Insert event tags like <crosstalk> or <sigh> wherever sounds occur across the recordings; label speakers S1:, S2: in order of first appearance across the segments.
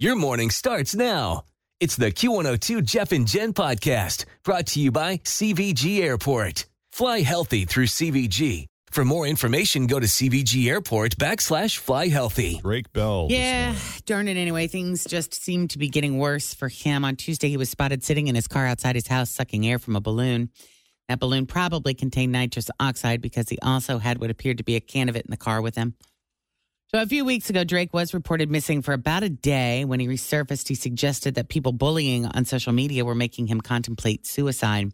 S1: Your morning starts now. It's the Q102 Jeff and Jen podcast brought to you by CVG Airport. Fly healthy through CVG. For more information, go to CVG Airport backslash fly healthy.
S2: Drake Bell. this
S3: Yeah, darn it. Anyway, things just seem to be getting worse for him. On Tuesday, he was spotted sitting in his car outside his house, sucking air from a balloon. That balloon probably contained nitrous oxide because he also had what appeared to be a can of it in the car with him. So, a few weeks ago, Drake was reported missing for about a day. When he resurfaced, he suggested that people bullying on social media were making him contemplate suicide.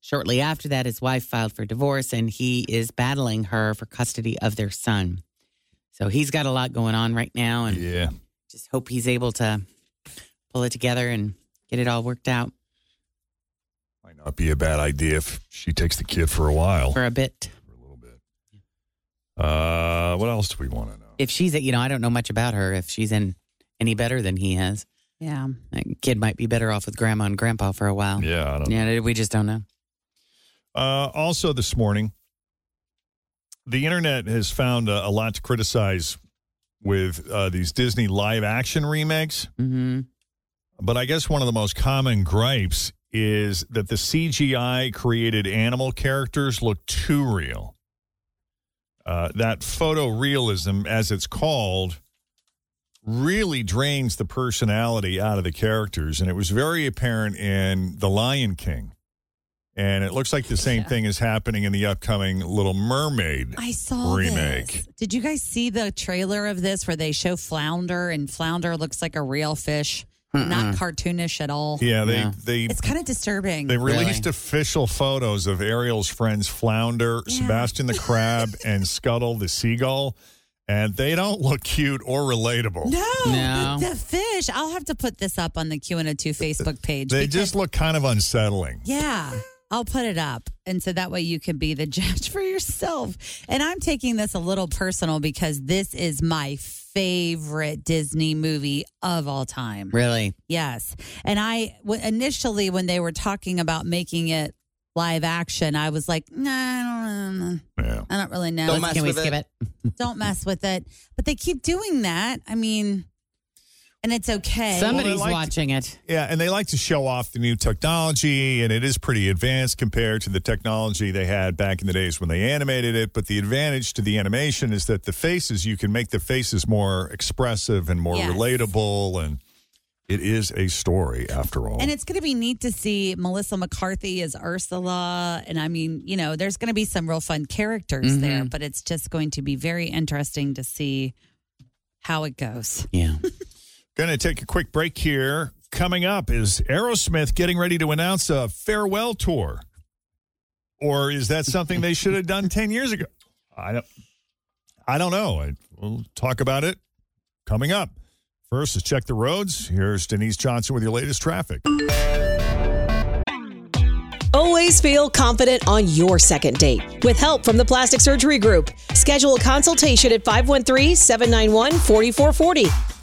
S3: Shortly after that, his wife filed for divorce and he is battling her for custody of their son. So, he's got a lot going on right now. And
S2: morning. Yeah.
S3: just hope he's able to pull it together and get it all worked out
S2: Might not be a bad idea if she takes the kid for a while.
S3: for a bit.
S2: For a little bit. Uh, what else do we want to know?
S3: If she's, you know, I don't know much about her. If she's in any better than he is, yeah, that kid might be better off with grandma and grandpa for a while.
S2: Yeah, I don't
S3: Yeah, we just don't know.
S2: Uh, also, this morning, the internet has found uh, a lot to criticize with uh, these Disney live action remakes.
S3: Mm-hmm.
S2: But I guess one of the most common gripes is that the CGI created animal characters look too real. Uh, that photorealism, as it's called, really drains the personality out of the characters. And it was very apparent in The Lion King. And it looks like the same thing is happening in the upcoming Little Mermaid.
S4: I saw
S2: remake.
S4: This. Did you guys see the trailer of this where they show flounder and flounder looks like a real fish,
S2: Uh-uh.
S4: not cartoonish at all?
S2: Yeah, they,
S3: Yeah.
S2: they
S4: It's kind of disturbing.
S2: They released official photos of Ariel's friends Flounder, Sebastian the
S4: <laughs>
S2: Crab, and Scuttle the Seagull, and they don't look cute or relatable.
S4: no,
S3: No.
S4: The, the fish. I'll have to put this up on the Q and A two Facebook page.
S2: They
S4: because-
S2: just look kind of unsettling.
S4: yeah. I'll put it up. And so that way you can be the <laughs> judge for yourself. And I'm taking this a little personal because this is my favorite Disney movie of all time.
S3: Really?
S4: Yes. And I w- initially, when they were talking about making it live action, I was like, nah, I don't, know.
S2: Yeah.
S4: I don't really know.
S5: Don't mess
S3: Can we
S5: with
S3: skip it?
S4: Don't mess with it. But they keep doing that. I mean, and it's okay.
S3: Somebody's
S2: Well, I liked-
S3: watching it.
S2: Yeah, and they like to show off the new technology, and it is pretty advanced compared to the technology they had back in the days when they animated it. But the advantage to the animation is that the faces, you can make the faces more expressive and more
S4: Yes.
S2: relatable, and it is a story after all.
S4: and it's going to be neat to see Melissa McCarthy as Ursula. And I mean, you know, there's going to be some real fun characters
S3: Mm-hmm.
S4: there, but it's just going to be very interesting to see how it goes.
S3: <laughs> Yeah.
S2: Going to take a quick break here. Coming up is Aerosmith getting ready to announce a farewell tour. Or is that something they should have <laughs> done 10 years ago? I don't I don't know. I, we'll talk about it coming up. First, let's check the roads. Here's Denise Johnson with your latest traffic.
S6: Always feel confident on your second date. With help from the Plastic Surgery Group, schedule a consultation at 513-791-4440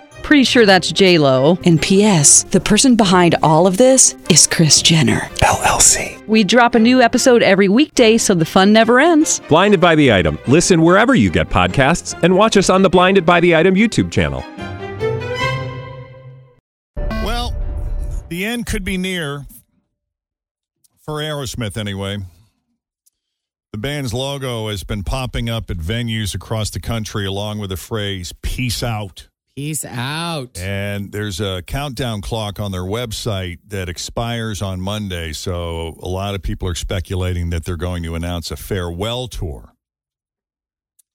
S7: Pretty sure that's J Lo.
S8: And P.S. The person behind all of this is Chris Jenner
S9: LLC.
S7: We drop a new episode every weekday, so the fun never ends.
S9: Blinded by the item. Listen wherever you get podcasts, and watch us on the Blinded by the Item YouTube channel.
S2: Well, the end could be near for Aerosmith anyway. The band's logo has been popping up at venues across the country along with the phrase peace out.
S3: Peace out.
S2: And there's a countdown clock on their website that expires on Monday, so a lot of people are speculating that they're going to announce a farewell tour.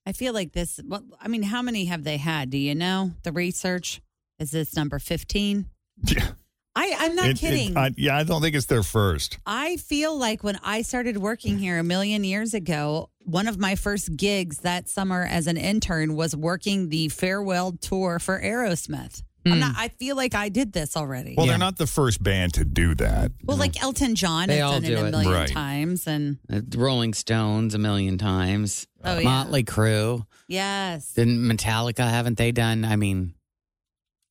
S4: I feel like this. Well, I mean, how many have they had? Do you know the research? Is this number fifteen?
S2: Yeah.
S4: I I'm not kidding.
S2: I, yeah, I don't think it's their first.
S4: I feel like when I started working here a million years ago, one of my first gigs that summer as an intern was working the farewell tour for Aerosmith.
S7: Hmm.
S4: I'm not, I feel like I did this already.
S2: Well, they're not the first band to do that.
S4: Well, like Elton John
S3: They
S4: has
S3: all
S4: done it
S3: do
S4: a
S3: it.
S4: million
S2: Right.
S4: times, and
S3: Uh, Rolling Stones a million times.
S4: Oh, yeah.
S3: Motley Crue.
S4: yes,
S3: Didn't Metallica? Haven't they done? I mean,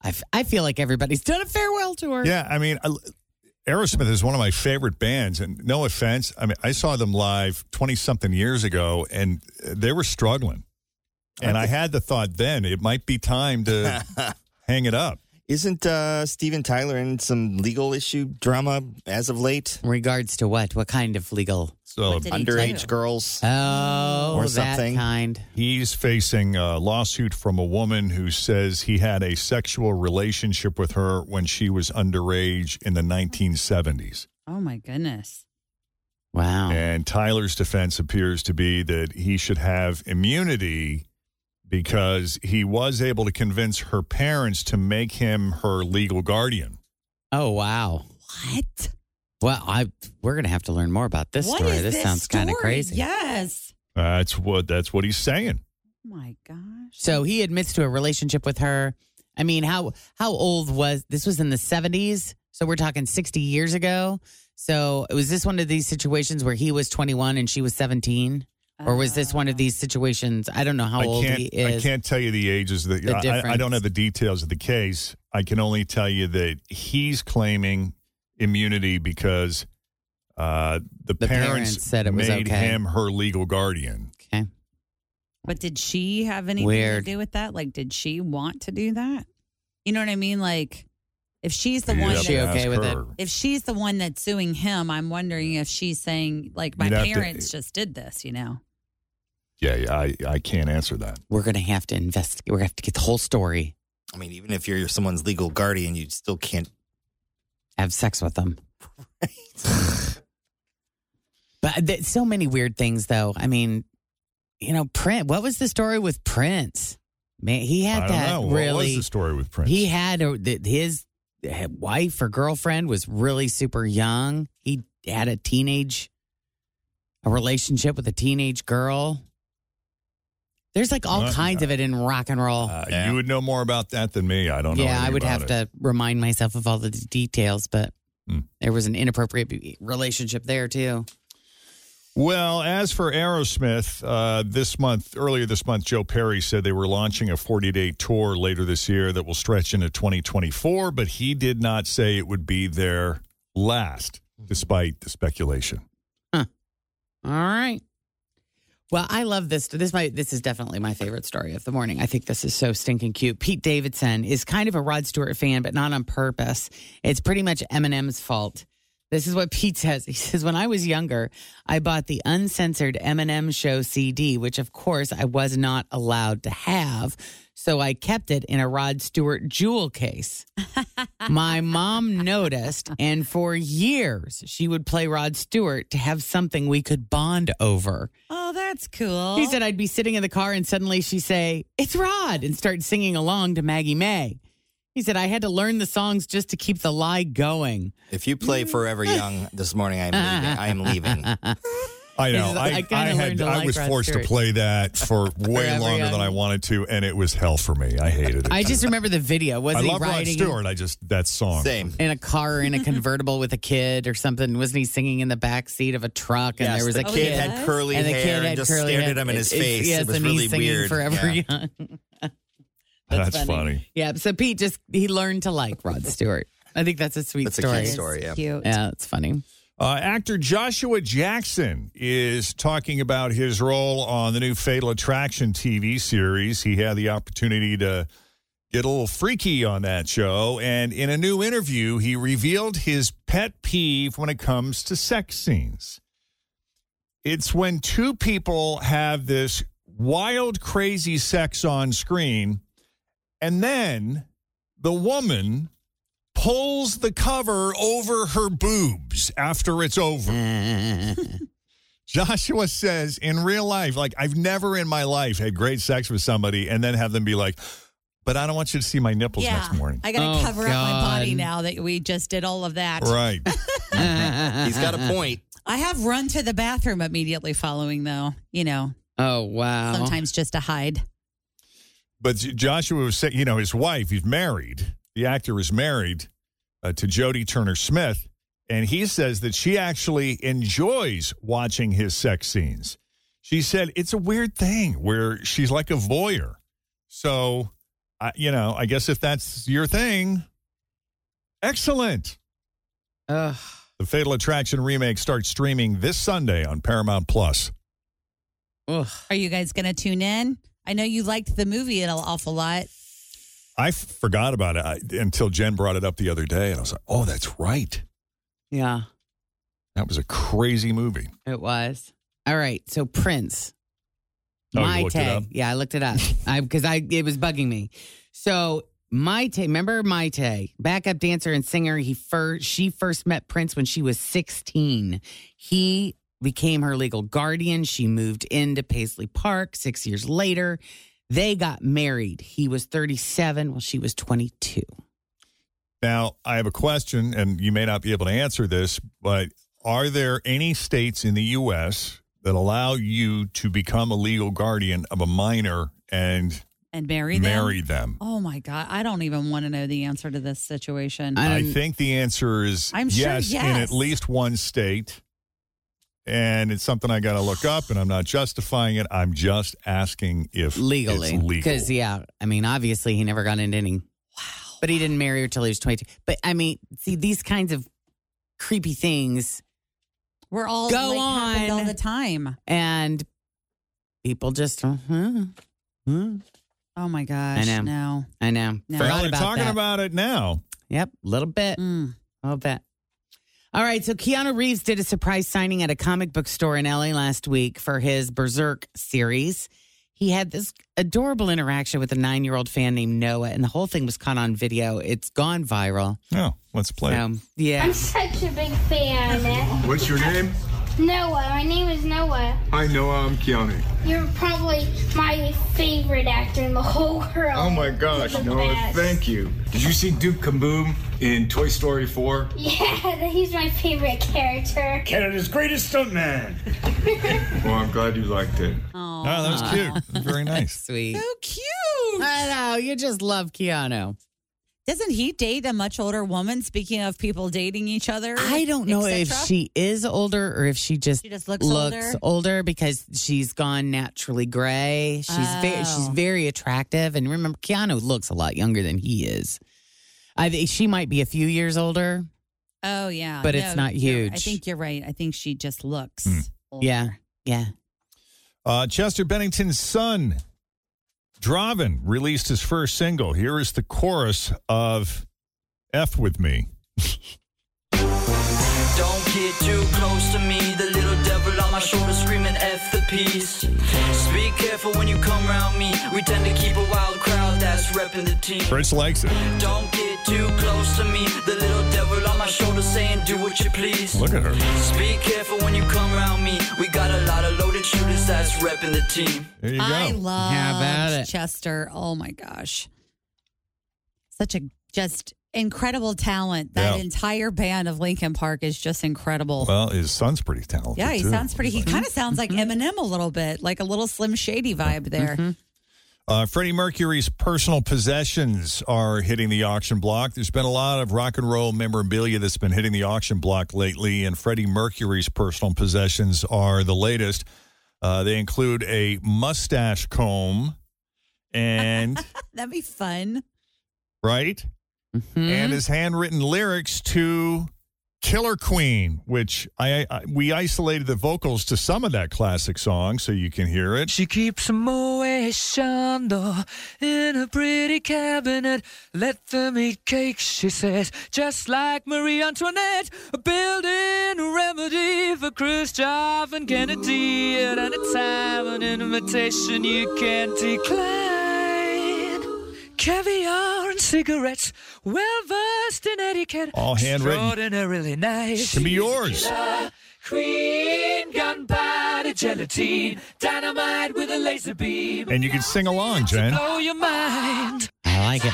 S3: I, f- I feel like everybody's done a farewell tour.
S2: Yeah, I mean, I, Aerosmith is one of my favorite bands, and no offense, I mean, I saw them live twenty something years ago, and they were struggling, and I had the thought then it might be time to hang it up.
S10: Isn't uh, Steven Tyler in some legal issue drama as of late?
S3: In regards to what? What kind of legal?
S2: So
S4: did he
S10: Underage
S4: do?
S10: girls.
S3: Oh,
S10: Or
S3: that
S10: something.
S3: kind.
S2: he's facing a lawsuit from a woman who says he had a sexual relationship with her when she was underage in the nineteen seventies.
S4: oh my goodness,
S3: Wow.
S2: And Tyler's defense appears to be that he should have immunity because he was able to convince her parents to make him her legal guardian.
S3: Oh, wow.
S4: what?
S3: Well, I we're gonna have to learn more about this
S4: What
S3: story.
S4: is
S3: this, sounds kind of
S4: story?
S3: crazy.
S4: Yes.
S2: That's what that's what he's saying.
S4: Oh my gosh.
S3: So he admits to a relationship with her. I mean, how how old was this? Was in the seventies, so we're talking sixty years ago. So was this one of these situations where he was twenty one and she was seventeen, or was this one
S4: Ah. Uh,
S3: of these situations? I don't know how
S2: I
S3: old
S2: can't
S3: he is.
S2: I can't tell you the ages that I-
S3: The
S2: I, I don't
S3: difference.
S2: have the details of the case. I can only tell you that he's claiming immunity because uh, the,
S3: The parents said it was
S2: made
S3: okay.
S2: him her legal guardian.
S3: Okay.
S4: But did she have anything
S3: Weird.
S4: to do with that? Like, did she want to do that? You know what I mean? Like, if she's the
S2: You'd
S4: one,
S2: have
S3: She
S2: to
S4: that,
S3: okay
S2: ask
S3: with it?
S2: her.
S4: if she's the one that's suing him, I'm wondering if she's saying like my
S2: You'd have to-
S4: parents just did this. You know?
S2: Yeah, yeah, I, I can't answer that.
S3: We're gonna have to investigate. We're gonna have to get the whole story.
S10: I mean, even if you're someone's legal guardian, you still can't.
S3: Have sex with
S10: <laughs>
S3: them. But th- so many weird things, though. I mean, you know, Prince. What was the story with Prince? Man, he had
S2: I don't
S3: that
S2: know.
S3: really.
S2: What was the story with Prince?
S3: He had a, th- his eh, wife or girlfriend was really super young. He had a teenage, a relationship with a teenage girl. There's like all
S2: Uh,
S3: kinds of it in rock and roll.
S2: Uh, You would know more about that than me. I don't know.
S3: yeah, I
S2: anything
S3: would
S2: about
S3: have
S2: it.
S3: to remind myself of all the d- details, but
S2: Hmm.
S3: there was an inappropriate be- relationship there too.
S2: Well, as for Aerosmith, uh, this month, earlier this month, Joe Perry said they were launching a 40 day tour later this year that will stretch into 2024, but he did not say it would be their last, despite the speculation.
S3: All right. Well, I love this. This my this is definitely my favorite story of the morning. I think this is so stinking cute. Pete Davidson is kind of a Rod Stewart fan, but not on purpose. It's pretty much Eminem's fault. This is what Pete says. He says, "When I was younger, I bought the uncensored Eminem show CD, which of course I was not allowed to have, so I kept it in a Rod Stewart jewel case." My mom noticed, and for years she would play Rod Stewart to have something we could bond over.
S4: Oh, that's cool.
S3: He said, I'd be sitting in the car, and suddenly she'd say, It's Rod, and start singing along to Maggie May. He said, I had to learn the songs just to keep the lie going.
S10: If you play Forever Young this morning, I'm leaving. I am leaving.
S2: I know.
S3: This is-
S2: I,
S3: I
S2: I,
S3: kinda learned
S2: had,
S3: to
S2: I
S3: like
S2: was
S3: Rod
S2: forced
S3: Stewart.
S2: to play that
S3: <laughs>
S2: for way
S3: Forever
S2: longer than
S3: young.
S2: I wanted to, and it was hell for me. I hated it.
S3: I just remember the video.
S2: I
S3: Wasn't he
S2: love Rod
S3: riding
S2: Stewart. I just, that song.
S10: Same.
S3: in a car in a convertible with a kid or something? Wasn't he singing in the back seat of a truck? And
S10: Yes,
S3: there was
S10: the
S3: a
S4: Oh,
S10: kid
S3: kid.
S10: had curly
S3: and the
S10: hair
S3: kid
S10: and
S3: had
S10: just
S3: curly
S10: stared
S3: hair.
S10: at him in his
S3: It's-
S10: face.
S3: Yes,
S10: it was
S3: and
S10: really
S3: he's singing
S10: weird.
S3: Forever
S10: Yeah.
S3: Young.
S2: That's funny.
S3: Yeah. So Pete just he learned to like Rod Stewart. I think that's a sweet
S10: That's a
S3: story.
S10: cute story, yeah. Cute.
S3: Yeah, it's
S10: <laughs>
S3: funny.
S2: Uh, actor Joshua Jackson is talking about his role on the new Fatal Attraction TV series. He had the opportunity to get a little freaky on that show. And in a new interview, he revealed his pet peeve when it comes to sex scenes. It's when two people have this wild, crazy sex on screen, and then the woman pulls the cover over her boobs after it's over. Joshua says in real life, like, I've never in my life had great sex with somebody and then have them be like, but I don't want you to see my nipples
S4: yeah.
S2: next morning.
S4: I
S3: Oh,
S4: got to cover up my body
S2: God.
S4: now that we just did all of that.
S2: Right. <laughs> He's got a point.
S4: I have run to the bathroom immediately following, though. You know,
S3: Oh wow.
S4: sometimes just to hide.
S2: But J- Joshua was saying, you know, his wife, he's married. The actor is married uh, to Jodie Turner Smith. And he says that she actually enjoys watching his sex scenes. She said it's a weird thing where she's like a voyeur. So, I, you know, I guess if that's your thing, excellent.
S3: Ugh.
S2: The Fatal Attraction remake starts streaming this Sunday on Paramount Plus.
S3: Ugh.
S4: Are you guys going to tune in? I know you liked the movie an awful lot.
S2: I f- forgot about it I, until Jen brought it up the other day, and I was like, "Oh, that's right.
S3: Yeah,
S2: That was a crazy movie."
S3: it was. All right. So Prince.
S2: Oh, you
S3: my
S2: looked it
S3: tag.
S2: up?
S3: Yeah, I looked
S2: <laughs>
S3: it up. I because I it was bugging me. So my tag, remember my tag, backup dancer and singer. He first she first met Prince when she was 16. He became her legal guardian. She moved into Paisley Park six years later. They got married. He was 37. Well, she was 22.
S2: Now, I have a question, and you may not be able to answer this, but are there any states in the U.S. that allow you to become a legal guardian of a minor and
S4: And marry them?
S2: marry them?
S4: Oh my God. I don't even want to know the answer to this situation.
S2: I, think the answer is
S4: I'm sure
S2: yes, in
S4: yes.
S2: at least one state. And it's something I got to look up, and I'm not justifying it. I'm just asking if
S3: legally
S2: it's legal.
S3: because yeah i mean obviously he never got into any wow but he didn't marry her till he was 22 but i mean see these kinds of creepy things
S4: We're all
S3: Go
S4: like, happened
S3: on.
S4: all the time.
S3: and people just uh-huh, uh-huh.
S4: Oh my gosh.
S3: I know.
S4: No.
S3: i know
S4: No.
S3: Forgot
S2: Well, they're
S3: about
S2: talking
S3: that.
S2: about it now.
S3: yep a little bit
S4: Mm.
S3: a little bit all right so keanu reeves did a surprise signing at a comic book store in la last week for his berserk series he had this adorable interaction with a nine-year-old fan named noah and the whole thing was caught on video it's gone viral
S2: No, Oh, let's play. it.
S3: Um, yeah.
S11: I'm such a big fan.
S12: What's your name?
S11: Noah, my name is Noah.
S12: Hi, Noah. I'm Keanu.
S11: You're probably my favorite actor in the whole world.
S12: Oh my gosh,
S11: The
S12: Noah.
S11: best.
S12: Thank you. Did you see Duke Kaboom in Toy Story 4?
S11: Yeah, <laughs> he's my favorite character.
S12: Canada's greatest stuntman. well, I'm glad you liked it.
S2: Oh, that was cute. That was
S4: <laughs>
S2: Very nice.
S3: Sweet.
S4: Cute.
S3: I know. You just love Keanu.
S4: Doesn't he date a much older woman? Speaking of people dating each other,
S3: I don't know
S4: et
S3: if
S4: cetera?
S3: she is older or if she just,
S4: She just looks older?
S3: because she's gone naturally gray. She's ve- she's
S4: Oh.
S3: very attractive, and remember, Keanu looks a lot younger than he is. I think she might be a few years older.
S4: Oh yeah,
S3: But it's not
S4: you're- I
S3: huge. Hmm.
S4: think you're right. I think she just looks. older.
S3: Yeah, yeah.
S2: Uh, Chester Bennington's son, Draven, released his first single. Here is the chorus of F with Me.
S13: Don't get too close to me. The little devil on my shoulder screaming F the peace. Just be careful when you come round me. We tend to keep a wild crowd that's repping the team.
S2: Prince likes it.
S13: Don't get too close to me. The little devil on my shoulder saying do what you please.
S2: Look at her.
S13: Just be careful when you come round me. We got a lot of loaded shooters that's repping the team.
S2: There you
S4: I
S2: go.
S4: love
S3: about it?
S4: Chester. Oh my gosh, such a just incredible talent. That
S2: Yeah.
S4: entire band of Lincoln Park is just incredible.
S2: Well, his son's pretty talented.
S4: yeah, he
S2: too.
S4: sounds pretty. He kind of sounds like
S3: Mm-hmm.
S4: Eminem a little bit, like a little Slim Shady vibe there. <laughs>
S2: Uh, Freddie Mercury's personal possessions are hitting the auction block. There's been a lot of rock and roll memorabilia that's been hitting the auction block lately, and Freddie Mercury's personal possessions are the latest. Uh, they include a mustache comb and
S4: That'd be fun.
S2: right? And his handwritten lyrics to Killer Queen, which I, I we isolated the vocals to some of that classic song so you can hear it.
S14: She keeps them away, Chandor, in a pretty cabinet. Let them eat cake, she says, just like Marie Antoinette. A building remedy for Khrushchev and Kennedy. At any time, an invitation you can't decline. Caviar and cigarettes, well versed in etiquette.
S2: All handwritten.
S14: Extraordinarily nice.
S2: Should be yours.
S14: Queen, gunpowder, gelatine, dynamite with a laser beam.
S2: And you can sing along, Jen.
S14: Blow your mind.
S3: I like it.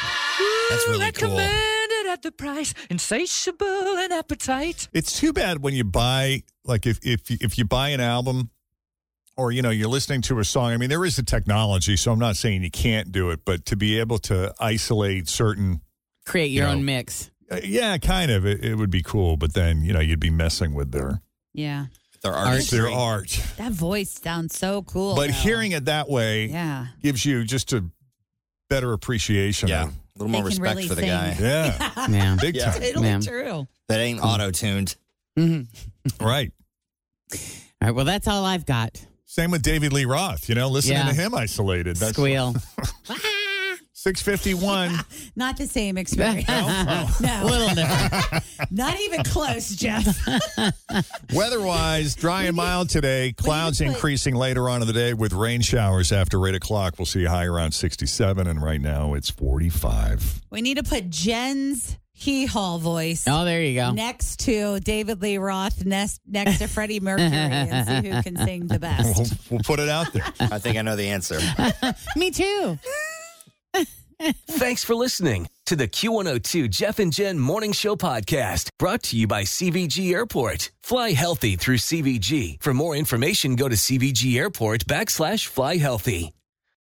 S2: That's really cool.
S14: Recommended at the price, insatiable in appetite.
S2: It's too bad when you buy like if if if you buy an album or you know you're listening to a song. I mean, there is the technology, so I'm not saying you can't do it, but to be able to isolate certain
S3: Create your
S2: You know,
S3: own mix.
S2: uh, yeah, kind of it, it would be cool, but then you know you'd be messing with their
S4: Yeah.
S2: their
S4: art.
S2: their art.
S4: That voice sounds so cool.
S2: but
S4: though.
S2: hearing it that way
S4: Yeah.
S2: gives you just a better appreciation. Yeah, a
S10: little more They can respect really for the sing. guy.
S2: Yeah,
S3: Yeah. Hmm. Mm-hmm.
S2: big
S10: Yeah.
S2: time.
S10: Totally Yeah.
S4: true.
S10: That ain't auto tuned.
S2: Right.
S3: All right. Well, that's all I've got.
S2: Same with David Lee Roth. You know, listening
S3: Yeah.
S2: to him isolated. That's
S10: <laughs>
S3: Squeal.
S2: Six fifty one.
S4: Not the same
S3: <laughs>
S4: experience. no.
S3: A little different.
S4: <laughs> Not even close, Jeff.
S3: <laughs>
S2: Weather-wise, dry and mild today. Clouds increasing later on in the day with rain showers after eight o'clock. We'll see a high around sixty-seven, and right now it's forty-five.
S4: We need to put Jen's hee haw voice
S3: Oh, there you go.
S4: next to David Lee Roth, next, next to Freddie Mercury, and see who can sing the best.
S2: We'll, we'll put it out there.
S10: I think I know the answer.
S4: Me too.
S1: Thanks for listening to the Q102 Jeff and Jen Morning Show podcast brought to you by CVG Airport. Fly healthy through CVG. For more information, go to CVG Airport backslash fly healthy.